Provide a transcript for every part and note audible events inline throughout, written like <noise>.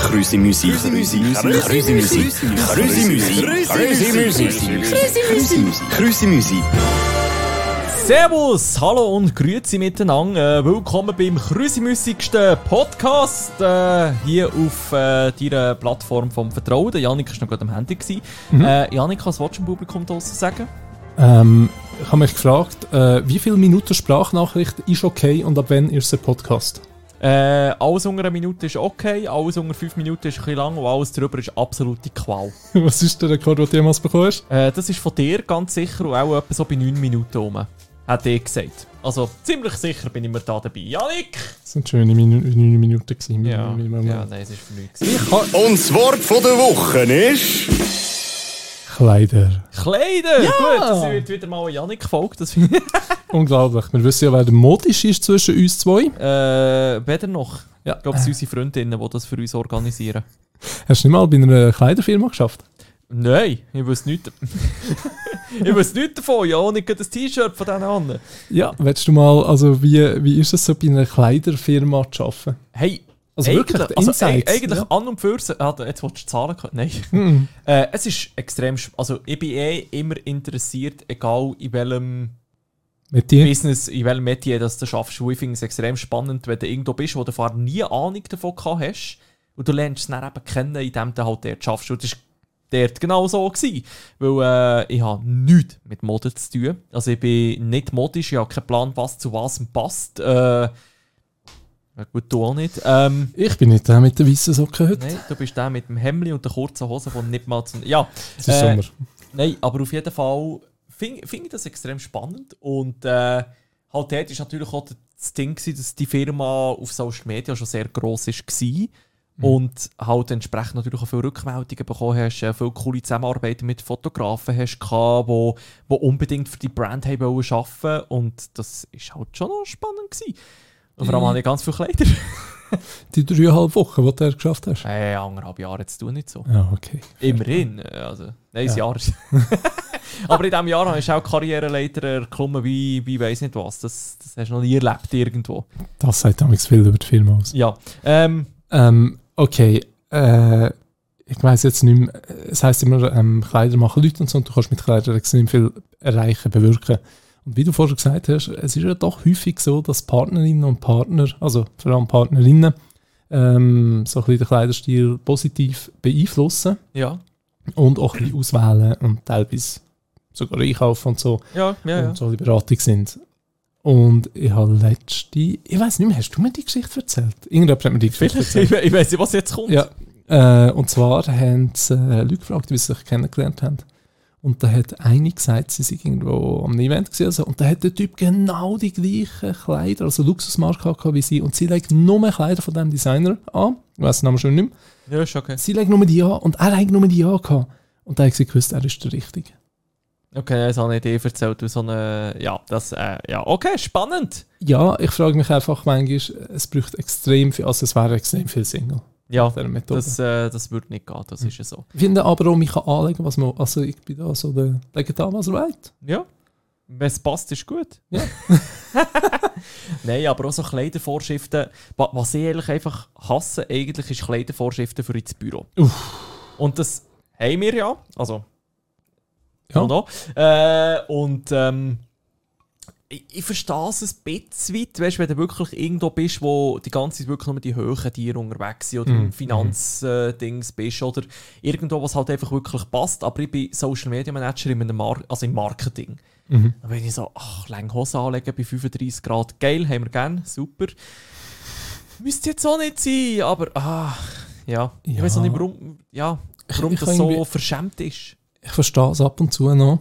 Krüsi Musik. Krüsi Musik. Krüsi Musik. Krüsi Musik. Krüsi Musik. Krüsi Musik. Krüsi Musik. Servus, hallo und grüezi miteinander. Äh, willkommen beim krüsimüssigsten Podcast äh, hier auf äh, deiner Plattform vom Vertrauen. Der Janik war noch gerade am Handy. gewesen. Äh, Janik, was willst du dem Publikum draussen sagen? Ähm, ich habe mich gefragt, äh, wie viele Minuten Sprachnachricht ist okay und ab wann ist es ein Podcast? <laughs> Äh, alles unter einer Minute ist okay, alles unter fünf Minuten ist ein bisschen lang und alles drüber ist absolute Qual. Was ist der Rekord, den du jemals bekommen hast? Äh, das ist von dir ganz sicher und auch etwa so bei neun Minuten rum. Hat er gesagt. Also ziemlich sicher bin ich mir da dabei. Janik! Das waren schöne Minu neun Minuten. Gewesen, Minu- Minu- ja nein, es ist für nichts. Und das Wort von der Woche ist... Kleider. Kleider! Gut, das wird wieder mal eine Janik-Folge. das finde <laughs> ich- Unglaublich. Wir wissen ja, wer der modisch ist zwischen uns zwei. Eh, äh, weder noch. Ja. Ich glaube, es sind unsere Freundinnen, die das für uns organisieren. Hast du nicht mal bei einer Kleiderfirma geschafft? Nein, ich wüsste <laughs> nichts. ich wüsste nichts davon. Janik hat ein T-Shirt von diesen anderen. Ja, willst du mal, also wie, wie ist es so bei einer Kleiderfirma zu arbeiten? Hey, Also eigentlich- wirklich, also, Insights, ey, eigentlich ja. Hmm. an und für sich. Ah, jetzt willst du die Zahlen gehört? <laughs> Nein. Äh, es ist extrem. sp- Also, ich bin eh immer interessiert, egal in welchem. Mit dir? Business, in welchem Metier das du schaffst. Und Ich finde es extrem spannend, wenn du irgendwo bist, wo du vorher nie Ahnung davon gehabt hast. Und du lernst es dann eben kennen, indem du halt dort schaffst. Und das war dort genau so. Gewesen. Weil äh, ich habe nichts mit Mode zu tun. Also ich bin nicht modisch, ich habe keinen Plan, was zu was passt. Äh, ja gut, du auch nicht. Ähm, Ich bin nicht der mit der weißen Socken heute. Nein, du bist der mit dem Hemd und der kurzen Hose, die nicht mal zu. Ja, Es ist äh, Sommer. Nein, aber auf jeden Fall finde find ich das extrem spannend. Und äh, halt dort war natürlich auch das Ding, gewesen, dass die Firma auf Social Media schon sehr gross war. Und halt entsprechend natürlich auch viele Rückmeldungen bekommen hast, äh, viele coole Zusammenarbeiten mit Fotografen hast gehabt, wo, wo unbedingt für die Brand haben wollen arbeiten Und das ist halt schon noch spannend gewesen. Und vor allem habe ich ganz viele Kleider. Die dreieinhalb Wochen, die du geschafft hast. Äh, anderthalb Jahre jetzt tu nicht so. Ja, okay. Immerhin. äh, Also, nein, ein Jahr. ist- <laughs> Aber in diesem Jahr hast du auch Karriereleiter erklommen wie, wie weiß nicht was. Das, das hast du noch nie erlebt irgendwo. Das sagt damals viel über die Firma aus. Ja. Ähm, Ähm, okay, äh, ich weiß jetzt nicht mehr, es heisst immer, ähm, Kleider machen Leute und so, und du kannst mit Kleidern extrem viel erreichen, bewirken. Und wie du vorher gesagt hast, es ist ja doch häufig so, dass Partnerinnen und Partner, also vor allem Partnerinnen, ähm, so ein bisschen den Kleiderstil positiv beeinflussen ja. und auch ein bisschen auswählen und teilweise sogar einkaufen und so Ja, ja, ja. und so in Beratung sind. Und ich habe letzte, ich weiß nicht mehr, hast du mir die Geschichte erzählt? Irgendjemand hat mir die Geschichte Vielleicht. <laughs> Ich, erzählt. we- ich weiß nicht, was jetzt kommt. Ja, äh, und zwar haben sie äh, Leute gefragt, wie sie sich kennengelernt haben. Und da hat eine gesagt, sie sei irgendwo am Event gewesen, also, und da hat der Typ genau die gleichen Kleider, also Luxusmarke gehabt wie sie. Und sie legt nur Kleider von dem Designer an, ich weiß den Namen schon nicht mehr. Ja, ist okay. Sie legt nur die an und er hat nur die an gehabt. Und da hat sie gewusst, er ist der Richtige. Okay, das habe ich dir erzählt. Du so eine, ja, das, äh, ja, okay, spannend. Ja, ich frage mich einfach manchmal, es braucht extrem viel, also es wäre extrem viel Single. Ja, dieser Methode. das, äh, das würde nicht gehen, Hm. das ist ja so. Ich finde aber auch, ich kann anlegen, was man, also ich bin da so der, legt an, was er will. Ja. Wenn es passt, ist gut. Ja. <laughs> Nein, aber auch so Kleidervorschriften. Wa- Was ich ehrlich einfach hasse, eigentlich ist Kleidervorschriften für ins Büro. Und das haben wir ja. Also. Ja. Und, auch. äh, und ähm, ich, ich verstehe es ein bisschen weit, weißt, wenn du wirklich irgendwo bist, wo die ganze Zeit wirklich nur die höheren Tiere unterwegs sind oder Mhm. im Finanzdings bist oder irgendwo, was halt einfach wirklich passt. Aber ich bin Social Media Manager in einem Mar also im Marketing. Mhm. Dann bin ich so, ach, lange Hose anlegen bei 35 Grad, geil, haben wir gern, super. Müsste jetzt auch nicht sein, aber ah, ja. Ich Ja. weiß auch nicht, warum, ja, warum ich das kann so irgendwie- verschämt ist. <laughs> Ich verstehe es ab und zu noch.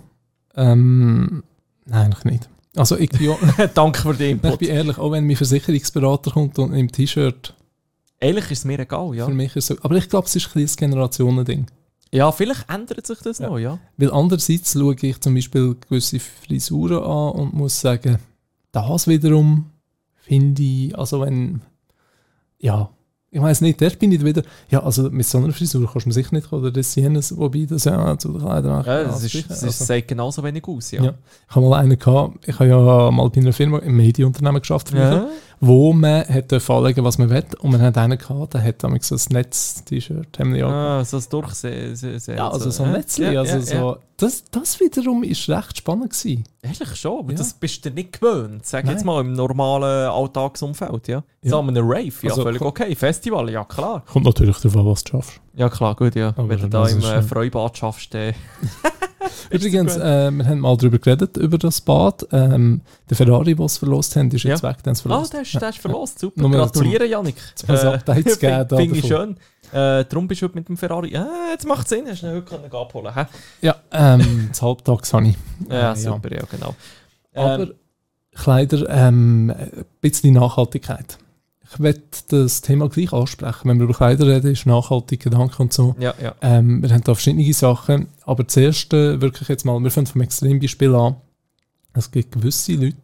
Ähm, nein, eigentlich nicht. Also <laughs> ich bin, ja, Danke für den ich Input. bin ehrlich, auch wenn mein Versicherungsberater kommt und im T-Shirt, Ehrlich ist es mir egal, ja. für mich ist so. Aber ich glaube, es ist ein kleines Generationending. Ja, vielleicht ändert sich das noch, ja. Weil andererseits schaue ich zum Beispiel gewisse Frisuren an und muss sagen, das wiederum finde ich, also wenn, ja, ich weiß nicht, dort bin ich wieder, ja, also mit so einer Frisur kannst du mir sicher nicht kommen, oder das jenes, wobei das ja zu den Kleidern ja das, ist, sicher, das also. ist, sagt genauso wenig aus, ja. Ja. Ich habe mal einen gehabt, ich habe ja mal bei einer Firma im Medienunternehmen geschafft, früher, Ja. wo man hätte vorlegen, was man will. Und man hat einen gehabt, der hat damals so ein Netz-T-Shirt. haben wir ja Ah, so ein Durchsehen. Ja, also so ein Netzli, also so. Das, das wiederum ist recht spannend gewesen. Ehrlich schon, aber Ja. das bist du nicht gewöhnt. Sag jetzt Nein. mal im normalen Alltagsumfeld, ja. Ja. So an einem Rave, ja, Also, völlig komm- okay. Festival, ja klar. Kommt natürlich darauf an, was du schaffst. Ja klar, gut, ja. Aber Wenn du schon, da das im ist äh, schön. Freibad schaffst, äh, Übrigens, gut. äh, wir haben mal darüber geredet, über das Bad. Ähm, der Ferrari, den sie verlost haben, ist Ja. jetzt weg, den sie Ah, verlost. der ist, der ist verlost, super. Nur mal Gratuliere, Janik. zum ein Update zu geben da Finde ich schön. davon. Äh, darum bist du heute mit dem Ferrari. Ah, jetzt macht es Sinn, hast du ihn heute können gehen abholen hä? Ja, ähm, das Halbtags habe ich. Ja, Ja. super, ja, genau. Aber Ähm, Kleider, ähm, ein bisschen Nachhaltigkeit. Ich werde das Thema gleich ansprechen. Wenn wir über Kleider reden, ist nachhaltig Gedanke und so. ja, ja. Ähm, wir haben da verschiedene Sachen, aber zuerst äh, wirklich jetzt mal, wir fangen vom Extrembeispiel an. Es gibt gewisse Leute,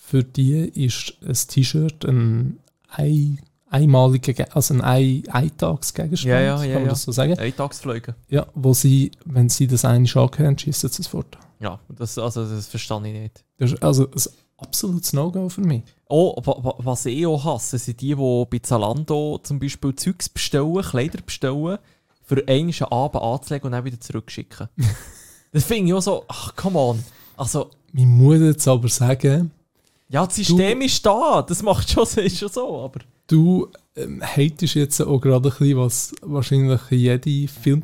für die ist ein T-Shirt ein, ein einmaliger, Ge- also ein, ein Eintagsgegenstand, Ja, ja, ja, kann man ja. das so sagen. Eintagsflüge. Ja, wo sie, wenn sie das eine angehört haben, schießen sie es fort. Ja, das, also, das verstehe ich nicht. Das ist also ein absolutes No-Go für mich. Oh, wa- wa- was ich auch hasse, sind die, die bei Zalando zum Beispiel Zeugs bestellen, Kleider bestellen, für einen Abend anzulegen und dann wieder <laughs> zurückschicken. das finde ich auch so, ach, come on. Also, Man muss jetzt aber sagen, ja, das System ist da, das macht schon, <laughs> ist schon so, aber... Du ähm, hatest jetzt auch gerade ein bisschen, was wahrscheinlich jede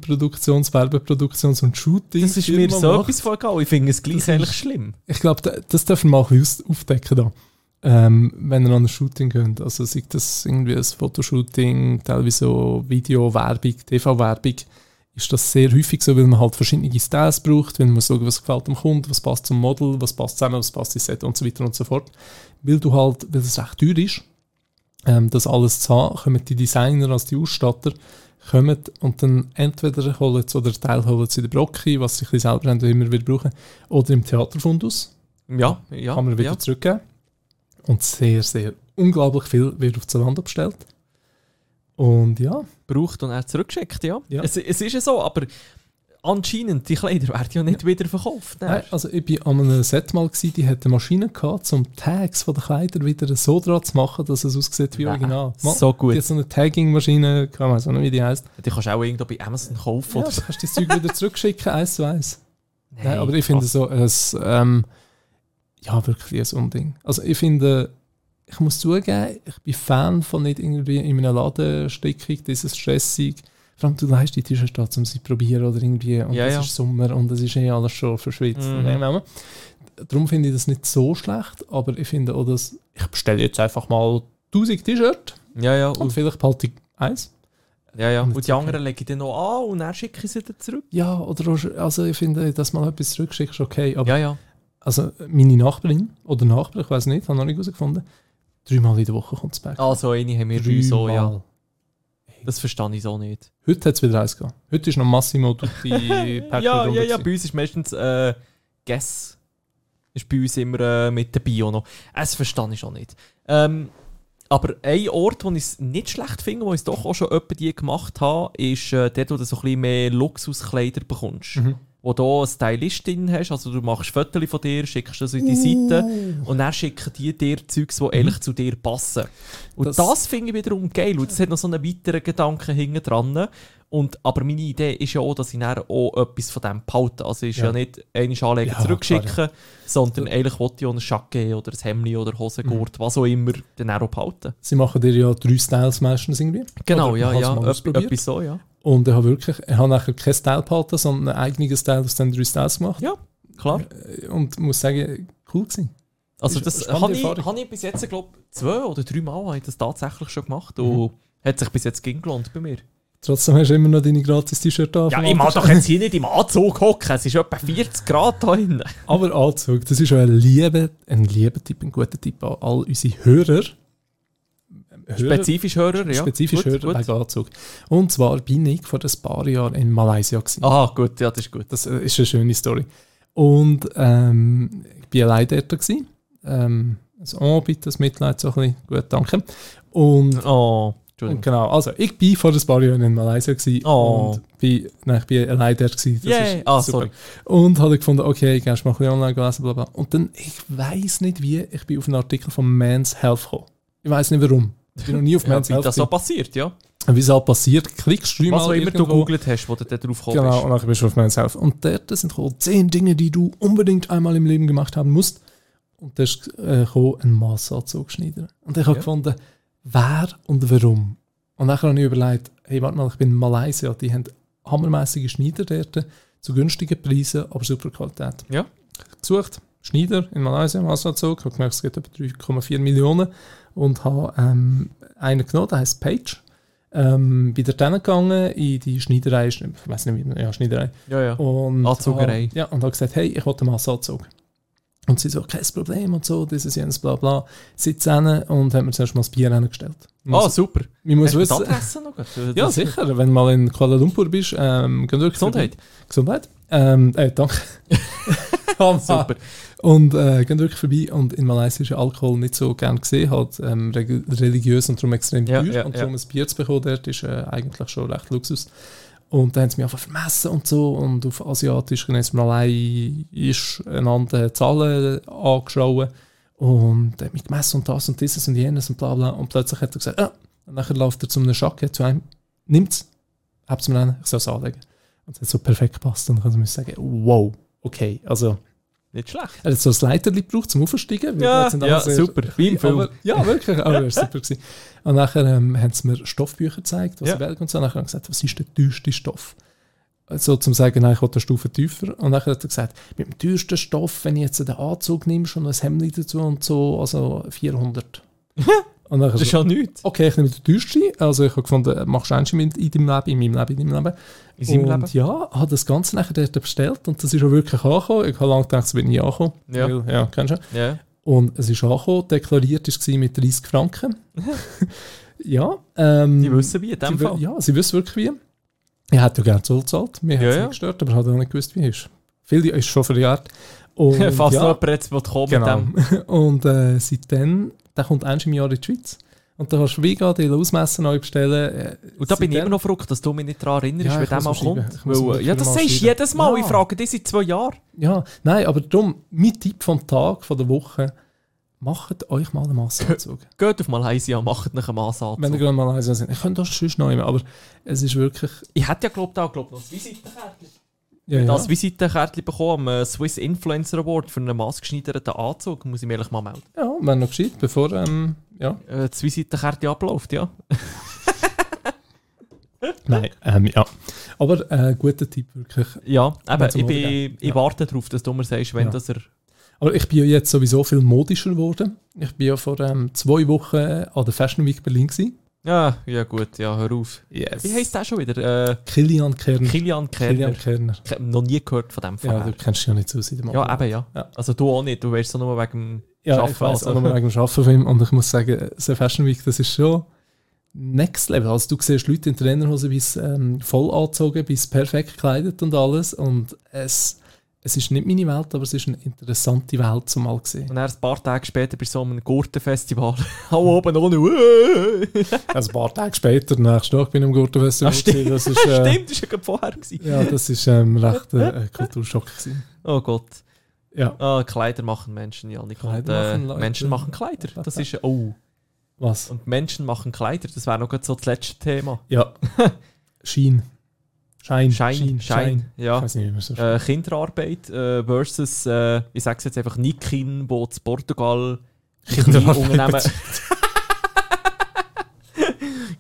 Filmproduktions-, Werbeproduktions- und Shooting. Das ist mir so etwas von egal. Ich finde es gleich eigentlich schlimm. Ich glaube, das dürfen wir mal ein bisschen aus- aufdecken da. Ähm, wenn ihr an ein Shooting geht. Also sei das irgendwie ein Fotoshooting, teilweise so Video-Werbung, TV-Werbung, ist das sehr häufig so, weil man halt verschiedene Styles braucht, weil man muss schauen, was gefällt dem Kunden, was passt zum Model, was passt zusammen, was passt ins Set und so weiter und so fort. Weil du halt, weil es recht teuer ist, ähm, das alles zu haben, kommen die Designer als die Ausstatter, kommen und dann entweder holen sie oder Teil holen sie den Brocki, was sie ein bisschen selber haben, und immer wieder brauchen, oder im Theaterfundus, Ja, ja. kann man wieder ja. zurückgeben. Und sehr, sehr unglaublich viel wird auf Zalando bestellt. Und ja, Braucht und er zurückgeschickt, ja. Ja. Es, es ist ja so, aber anscheinend, die Kleider werden ja nicht wieder verkauft. ne? nein, also ich war an einem Set mal, gewesen, die hatte eine Maschine gehabt, um Tags von den Kleidern wieder so dran zu machen, dass es aussieht wie Nein, original. Mal, so gut. Die hat so eine Tagging-Maschine, ich weiß auch nicht, wie die heisst. Die kannst du auch irgendwo bei Amazon kaufen. Ja, oder du so. kannst das Zeug wieder zurückschicken, eins zu eins. Nein, Nein, aber ich finde was- so ein, ähm, ja, wirklich ein Unding. Also ich finde, ich muss zugeben, ich bin Fan von nicht irgendwie in einer Ladenstickung, dieses stressig. Vor allem, du leist die T-Shirts da, um sie zu probieren oder irgendwie. Und Ja, es ja. ist Sommer und es ist eh alles schon verschwitzt. Mhm. Mhm. Darum finde ich das nicht so schlecht, aber ich finde auch, dass ich bestelle jetzt einfach mal 1000 T-Shirts Ja, ja, und und, vielleicht behalte ich eins. ja, ja. Und und die anderen legen die nou, "Oh, noch an und dann schicken sie den zurück. Ja, oder auch- also ich finde, dass man etwas zurückschickst, okay, aber Ja, ja. also meine Nachbarin oder Nachbar, ich weiß nicht, habe noch nicht herausgefunden, dreimal in der Woche kommt es back. Also eine haben wir drei so, ja. Das verstehe ich so nicht. Heute hat es wieder eins gehabt. Heute ist noch Massimo durch <laughs> die Päckchen ja, drunter ja, ja, gewesen. bei uns ist meistens äh, Guess. Ist bei uns immer äh, mit dabei auch noch. Es verstehe ich schon nicht. Ähm, aber ein Ort, wo ich es nicht schlecht finde, wo ich es doch auch schon öppe die gemacht habe, ist äh, dort, wo du so ein bisschen mehr Luxuskleider bekommst. Mhm. Wo du eine Stylistin hast, also du machst Fotos von dir, schickst das in die Seite und dann schicken die dir Zeugs, die ehrlich zu dir passen. Und Mhm. das, Das- finde ich wiederum geil. Und das hat noch so einen weiteren Gedanken hinten dran. Und, aber meine Idee ist ja auch, dass ich dann auch etwas von dem behalte. Also ist ja, Ja. nicht eine Anlegen Ja, zurückschicken, sondern eigentlich wollte ich auch einen Jacke oder ein Hemd oder Mhm. Hosengurt, was auch immer, dann auch behalten. Sie machen dir ja drei Styles meistens irgendwie. Genau, Oder ja, man ja. hat's mal Etwas ausprobiert. etwas so, ja. Und ich habe wirklich, ich habe nachher keinen Style behalten, sondern einen eigenen Style aus den drei Styles gemacht. Ja, klar. Und muss sagen, cool gewesen. Also Ist das eine spannende habe ich, Erfahrung. habe ich bis jetzt, glaube ich, zwei oder drei Mal habe ich das tatsächlich schon gemacht. Mhm. Und hat sich bis jetzt gegen gelohnt bei mir. Trotzdem hast du immer noch deine gratis T-Shirt da. Ja, ich mag doch jetzt hier nicht im Anzug hocken. Es ist etwa 40 Grad da hinten. Aber Anzug, das ist ja ein lieber, ein lieber Tipp, ein guter Tipp an all unsere Hörer. <laughs> Hörer Spezifisch Hörer, ja. spezifisch Gut, Hörer also- gut. wegen Anzug. Und zwar bin ich vor ein paar Jahren in Malaysia. Gewesen. Aha, gut, ja, das ist gut. Das äh, ist eine schöne Story. Und ähm, ich war allein dort. Gewesen. Ähm, also, oh, bitte, das Mitleid so ein bisschen. Gut, danke. Und Oh, und Entschuldigung. genau, also ich war vor ein paar Jahren in Malaysia gewesen Oh. und bin, nein, ich bin allein dort. Gewesen, das Yay. ist Ah, super. sorry. Und habe gefunden, okay, ich gehe erst mal ein bisschen online lesen, bla bla. Und dann, ich weiß nicht wie, ich bin auf einen Artikel von Men's Health gekommen. Ich weiß nicht warum. Ich bin noch nie auf Ja, Men's wie Health. das so passiert, ja. Wie es halt passiert, klickst du Was auch mal immer du irgendwo. gegoogelt hast, wo du da drauf kommst. Genau, und dann bist du auf Men's Health. Und dort sind gekommen zehn Dinge, die du unbedingt einmal im Leben gemacht haben musst. Und da ist äh, gekommen, ein Massanzug schneiden. Und ich habe Ja. gefunden, wer und warum. Und nachher habe ich überlegt, hey, warte mal, ich bin in Malaysia, die haben hammermäßige Schneider dort, zu günstigen Preisen, aber super Qualität. Ja. Gesucht, Schneider in Malaysia, Massanzug, habe gemerkt, es gibt etwa 3,4 Millionen und habe ähm, einen genommen, der heißt Page. Ähm, bin dort hingegangen in die Schneiderei, ich weiß nicht, wie man- ja, Schneiderei. Ja, ja. Und Anzugerei. Hab, ja, und habe gesagt, hey, ich will einen Massanzug. Und sie so, kein Problem und so, dieses, jenes, bla bla. Sitzen und haben mir zuerst mal das Bier hingestellt. Ah, super. Man Hast muss du die wissen, Adresse noch? gerade? ja, Das- <laughs> sicher, wenn du mal in Kuala Lumpur bist, ähm, geh wirklich Gesundheit. vorbei. Gesundheit. Ähm, äh, <laughs> danke. Super. Und äh, gehen wirklich vorbei. Und in Malaysia ist ja Alkohol nicht so gern gesehen, halt ähm, reg- religiös und darum extrem Ja, teuer. ja, und ja. darum ein Bier zu bekommen dort ist äh, eigentlich schon recht Luxus. Und dann haben sie mich einfach vermessen und so. Und auf asiatisch, chinesisch, malaiisch einander Zahlen angeschaut. Und hat mich gemessen und das und dieses und jenes und bla bla. Und plötzlich hat er gesagt, ah. Und nachher läuft er zu einem Schacke, zu einem, nimmt's, hab's mir an, ich soll es anlegen. Und es hat so perfekt gepasst. Und dann muss ich sagen, wow, okay, also... Nicht schlecht. Er hat so ein Leiterli gebraucht zum Aufsteigen. weil Ja, jetzt sind alle ja, sehr- super. Wie im Film. Aber, ja, wirklich. Aber er war super. Gewesen. Und nachher ähm, haben sie mir Stoffbücher gezeigt, was Ja. in Belgien und so. Nachher haben sie gesagt, was ist der teuerste Stoff? So zum sagen, nein, ich will eine Stufe tiefer. Und nachher hat er gesagt, mit dem teuersten Stoff, wenn du jetzt den Anzug nimmst und ein Hemd dazu und so, also 400. <laughs> und nachher Das ist so, ja nichts. okay, ich nehme den teuersten. Also ich habe gefunden, machst du eins in meinem Leben, in meinem Leben, in meinem Leben. In seinem und Leben. ja, habe das Ganze nachher dort bestellt und das ist auch wirklich angekommen. Ich habe lange gedacht, es wird nie ankommen. Ja. Weil, ja, kennst du. Ja. Und es ist angekommen, deklariert war es mit <laughs> 30 Franken. ja. Ähm, Die wissen wie, in dem sie wi- Fall. Ja, sie wissen wirklich wie. Ich hätte ja gerne Zoll gezahlt, mir hat Ja, es ja. nicht gestört, aber ich habe auch nicht gewusst, wie es ist. Viel ist schon verjährt. Und, <laughs> Falls noch ja, jemand jetzt will kommen genau. mit dem. <laughs> Und äh, seitdem, der kommt eins im Jahr in die Schweiz. Und da kannst du wie gerade die Ausmessen neu bestellen. Äh, Und da bin ich seitdem- immer noch froh, dass du mich nicht daran erinnerst, Ja, wenn ich der muss mal mal schreiben. kommt. Ich muss Weil, mal äh, ja, das schreiben. sagst du jedes Mal. Ja. Ich frage dich seit zwei Jahren. Ja, nein, aber darum, mein Tipp vom Tag, von der Woche, macht <laughs> euch mal einen Massenanzug. Geht auf Malaysia, macht nach einem Ansatz. Wenn ihr gerade mal eins sind. Ich könnte das sonst noch immer, aber es ist wirklich. Ich hätte ja, glaube ich, auch glaub, noch das Visitenkärtchen. Ja, ja. Das Visitenkärtchen bekommen am äh, Swiss Influencer Award für einen maßgeschneiderten Anzug. Muss ich mir ehrlich mal melden. ja wenn noch gescheit, bevor. Ähm, ja. Äh, das Visitenkärtchen abläuft, ja. Nein, ähm, ja. Aber äh, guter Tipp, wirklich. Ja, eben, Wenn's um ich, Mode bin, geht. ich Ja. warte darauf, dass du mir sagst, wenn Ja. das er. Aber ich bin ja jetzt sowieso viel modischer geworden. Ich bin ja vor ähm, zwei Wochen an der Fashion Week Berlin. Gewesen. Ja, Ah, ja, gut, ja, hör auf. Yes. Wie heisst der schon wieder? Äh, Kilian Kerner. Kilian Kerner. Kilian Kerner. Ich habe noch nie gehört von dem Ja, vorher. du kennst dich ja nicht so seit dem Ja, Abend. eben, ja. Ja. Also du auch nicht, du wärst so nur wegen dem Ja, Schaffen, ich weiß auch also. nochmal wegen dem Arbeiten von ihm. Und ich muss sagen, so Fashion Week, das ist schon Next Level. Also du siehst Leute in Trainerhosen bis ähm, voll angezogen, bis perfekt gekleidet und alles. Und es, es ist nicht meine Welt, aber es ist eine interessante Welt zum mal sehen. <laughs> Und dann ein paar Tage später bei so einem Gurtenfestival. <laughs> Hau oben ohne. Uäh. Also ein paar Tage später, nächsten Tag, bin ich am Gurtenfestival. Ah, stimmt. gewesen. Das ist, äh, Stimmt, das war ja gerade vorher. gewesen. Ja, das ist ähm, recht äh, ein Kulturschock gewesen. Oh Gott. Ja, Ah, Kleider machen Menschen, Janik. Kleider und, äh, machen Leute. Menschen machen Kleider. Das ist. Oh. was? Und Menschen machen Kleider. Das wäre noch gerade so das letzte Thema. <laughs> Ja. Schein. Schein. Schein, Schein. Ich Ja. weiß nicht, wie man so Äh, Kinderarbeit äh, versus, äh, ich sag's jetzt einfach, Nikin, wo zu Portugal Kleinunternehmen- <laughs>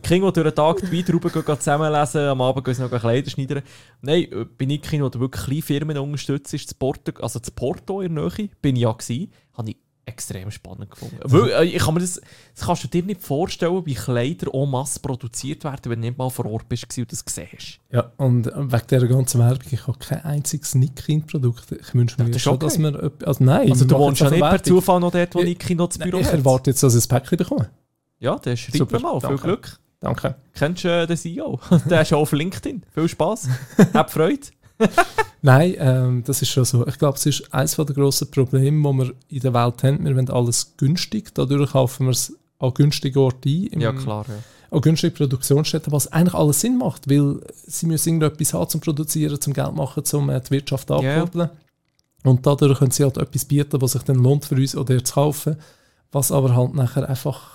Kinder, die durch den Tag die Weintrauben gehen, gehen zusammenlesen, am Abend gehen sie noch Kleider schneidern. Nein, äh, bei Nikin, wo du wirklich kleine Firmen unterstützt, ist das Porto, also das Porto in der Nähe, bin ich ja gewesen, habe ich extrem spannend gefunden. Weil, äh, ich kann mir das, das kannst du dir nicht vorstellen, wie Kleider en masse produziert werden, wenn du nicht mal vor Ort bist gewesen und das gesehen hast. Ja, und wegen dieser ganzen Werbung, ich habe kein einziges Nick-Kind-Produkt. Ich wünsche mir das jetzt ist schon, okay. dass wir... öpp- Also nein, Also du wir machen wohnst ja jetzt nicht per Werbung. Zufall noch dort, wo Ich- Niki noch das Büro Ich hat. erwarte jetzt, dass ich ein Päckchen bekomme. Ja, der schreibt Super, mir mal. Viel danke. Glück. Danke. Kennst du äh, den CEO? <laughs> der ist auch auf LinkedIn. Viel <laughs> Spass. Hab Freude. Nein, ähm, das ist schon so. Ich glaube, es ist eines der grossen Probleme, die wir in der Welt haben. Wir wollen alles günstig. Dadurch kaufen wir es an günstigen Orten ein. im- Ja, klar. Ja. An günstigen Produktionsstätten, was eigentlich alles Sinn macht. Weil sie müssen irgendetwas haben zum Produzieren, zum Geld machen, zum äh, die Wirtschaft ankurbeln. Und dadurch können sie halt etwas bieten, was sich dann lohnt für uns oder zu kaufen. Was aber halt nachher einfach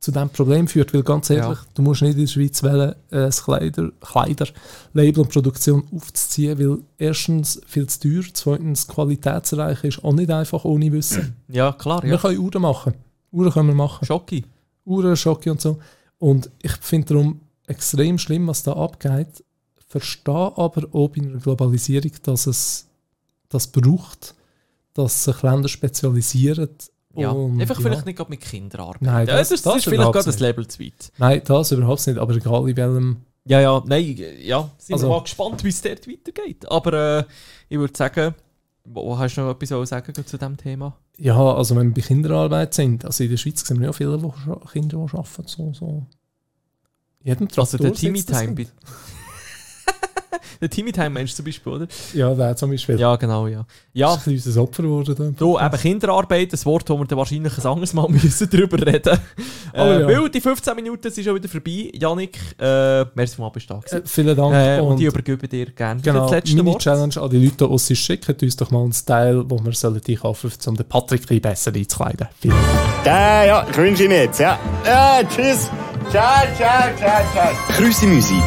zu diesem Problem führt, weil ganz ehrlich, Ja. du musst nicht in der Schweiz wählen, äh, das Kleider, Kleiderlabel und Produktion aufzuziehen, weil erstens viel zu teuer, zweitens die Qualität zu erreichen ist auch nicht einfach ohne Wissen. Ja, klar, Wir ja. können Uhren machen. Uhren können wir machen. Schocki. Uhren, Schocke und so. Und ich finde darum extrem schlimm, was da abgeht. Verstehe aber auch bei einer Globalisierung, dass es das braucht, dass sich Länder spezialisieren. Ja. und Einfach ja. vielleicht nicht gerade mit Kindern arbeiten. Nein, das, das, ist vielleicht überhaupt gerade das nicht. Level zu weit. Nein, das überhaupt nicht, aber egal in welchem. Ja, ja, nein, ja. Sind Also- wir mal gespannt, wie es dort weitergeht. Aber äh, ich würde sagen, wo, hast du noch etwas zu sagen zu diesem Thema? Ja, also wenn wir bei Kinderarbeit sind, also in der Schweiz sehen wir ja viele, die scha- Kinder die arbeiten, so, so. Jedem Also der Traktor sitzt das Timmy-Time. Kind. bei- <laughs> der Timmy-Time meinst du zum Beispiel, oder? Ja, der zum Beispiel. Ja, genau, ja. Das Ja, ist ein kleines Opfer geworden. da. Du, eben Kinderarbeit, ein Wort, wo wir dann wahrscheinlich ein anderes Mal <laughs> müssen drüber reden müssen. Aber äh, Oh ja. Weil die 15 Minuten sind schon wieder vorbei. Janik, äh, merci vom Abend da. Äh, vielen Dank. Äh, und, und ich übergebe dir gerne genau, das letzte meine Wort. Challenge an die Leute aus ist, schickt uns doch mal einen Style, wo wir sollen einkaufen sollen, um den Patrick ein bisschen besser einzukleiden. Vielen Dank. Äh, Ja, Äh, ja, ich wünsche Ihnen jetzt, ja. Ja, tschüss. Ciao, ciao, ciao, ciao. Grüße Musik.